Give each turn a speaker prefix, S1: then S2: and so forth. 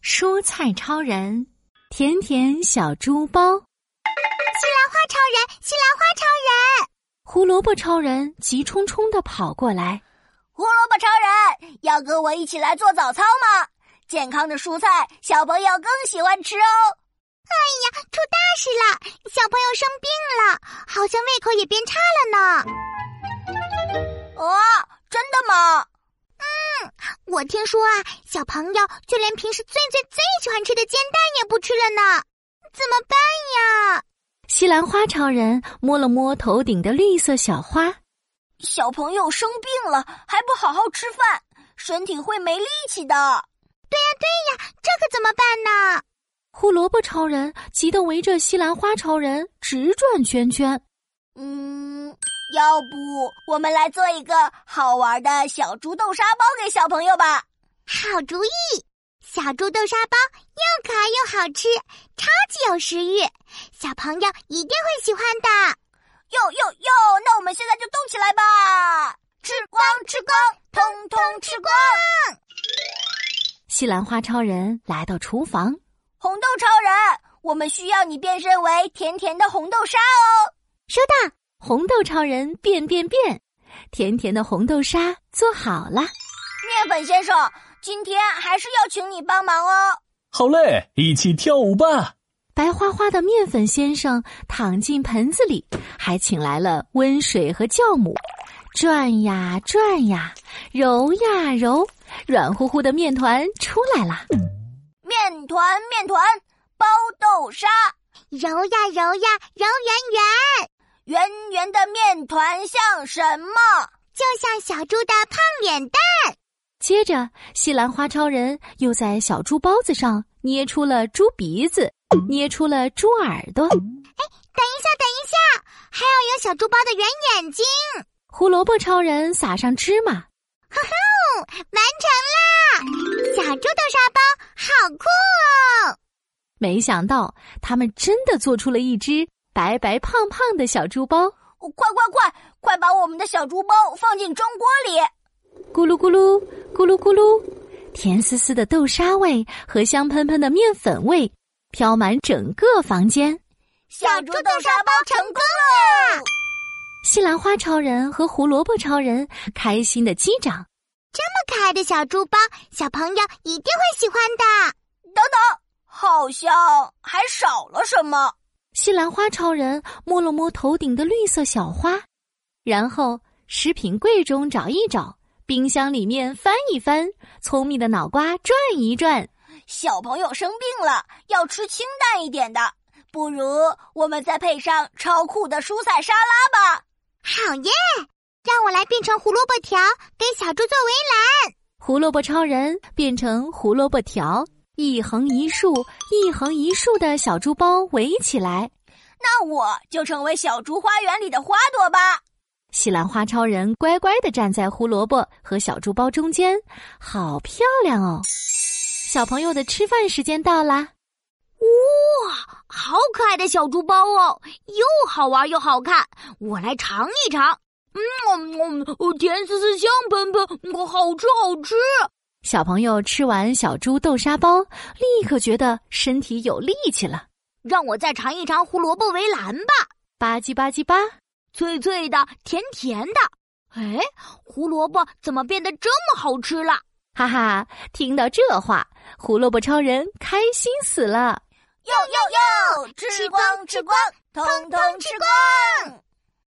S1: 蔬菜超人，甜甜小猪包，
S2: 西兰花超人，西兰花超人，
S1: 胡萝卜超人急冲冲的跑过来。
S3: 胡萝卜超人，要跟我一起来做早操吗？健康的蔬菜，小朋友更喜欢吃哦。
S2: 哎呀，出大事了！小朋友生病了，好像胃口也变差了呢。
S3: 哦，真的吗？
S2: 嗯我听说啊，小朋友就连平时最最最喜欢吃的煎蛋也不吃了呢，怎么办呀？
S1: 西兰花超人摸了摸头顶的绿色小花，
S3: 小朋友生病了还不好好吃饭，身体会没力气的。
S2: 这可怎么办呢？
S1: 胡萝卜超人急得围着西兰花超人直转圈圈。
S3: 嗯，要不我们来做一个好玩的小猪豆沙包给小朋友吧？
S2: 好主意，小猪豆沙包又可爱又好吃，超级有食欲，小朋友一定会喜欢的。
S3: 哟哟哟！那我们现在就动起来吧！吃光吃光，通通吃光！
S1: 西兰花超人来到厨房，
S3: 红豆超人，我们需要你变身为甜甜的红豆沙哦。
S2: 收到，
S1: 红豆超人变变变，甜甜的红豆沙做好了。
S3: 面粉先生，今天还是要请你帮忙哦。
S4: 好嘞，一起跳舞吧！
S1: 白花花的面粉先生躺进盆子里，还请来了温水和酵母，转呀转呀，揉呀揉，软乎乎的面团出来了。
S3: 面团，面团，包豆沙，
S2: 揉呀揉呀，揉圆圆，
S3: 圆圆的面团像什么？
S2: 就像小猪的胖脸蛋。
S1: 接着，西兰花超人又在小猪包子上捏出了猪鼻子，捏出了猪耳朵。
S2: 哎等一下，等一下，还要有小猪包的圆眼睛，
S1: 胡萝卜超人撒上芝麻，
S2: 完成啦！小猪豆沙包好酷哦！
S1: 没想到他们真的做出了一只白白胖胖的小猪包，
S3: 哦快快快，快把我们的小猪包放进蒸锅里！
S1: 咕噜咕噜，咕噜咕噜，甜丝丝的豆沙味和香喷喷的面粉味飘满整个房间。
S3: 小猪豆沙包成功了！
S1: 西兰花超人和胡萝卜超人开心的击掌。
S2: 这么可爱的小猪包，小朋友一定会喜欢的。
S3: 好像还少了什么。
S1: 西兰花超人摸了摸头顶的绿色小花，然后食品柜中找一找，冰箱里面翻一翻，聪明的脑瓜转一转。
S3: 小朋友生病了，要吃清淡一点的，不如我们再配上超酷的蔬菜沙拉吧。
S2: 好耶！让我来变成胡萝卜条，给小猪做围栏。
S1: 胡萝卜超人变成胡萝卜条，一横一竖，一横一竖的小猪包围起来。
S3: 那我就成为小猪花园里的花朵吧。
S1: 西兰花超人乖乖的站在胡萝卜和小猪包中间，好漂亮哦！小朋友的吃饭时间到啦，
S5: 好可爱的小猪包哦，又好玩又好看，我来尝一尝。嗯，嗯嗯甜丝丝、香喷喷，嗯好吃好吃。
S1: 小朋友吃完小猪豆沙包，立刻觉得身体有力气了，
S5: 让我再尝一尝胡萝卜围栏吧，
S1: 吧唧吧唧吧。
S5: 脆脆的，甜甜的。哎，胡萝卜怎么变得这么好吃了？
S1: 哈哈，听到这话，胡萝卜超人开心死了。
S3: 哟哟哟，吃光吃光，通通吃光！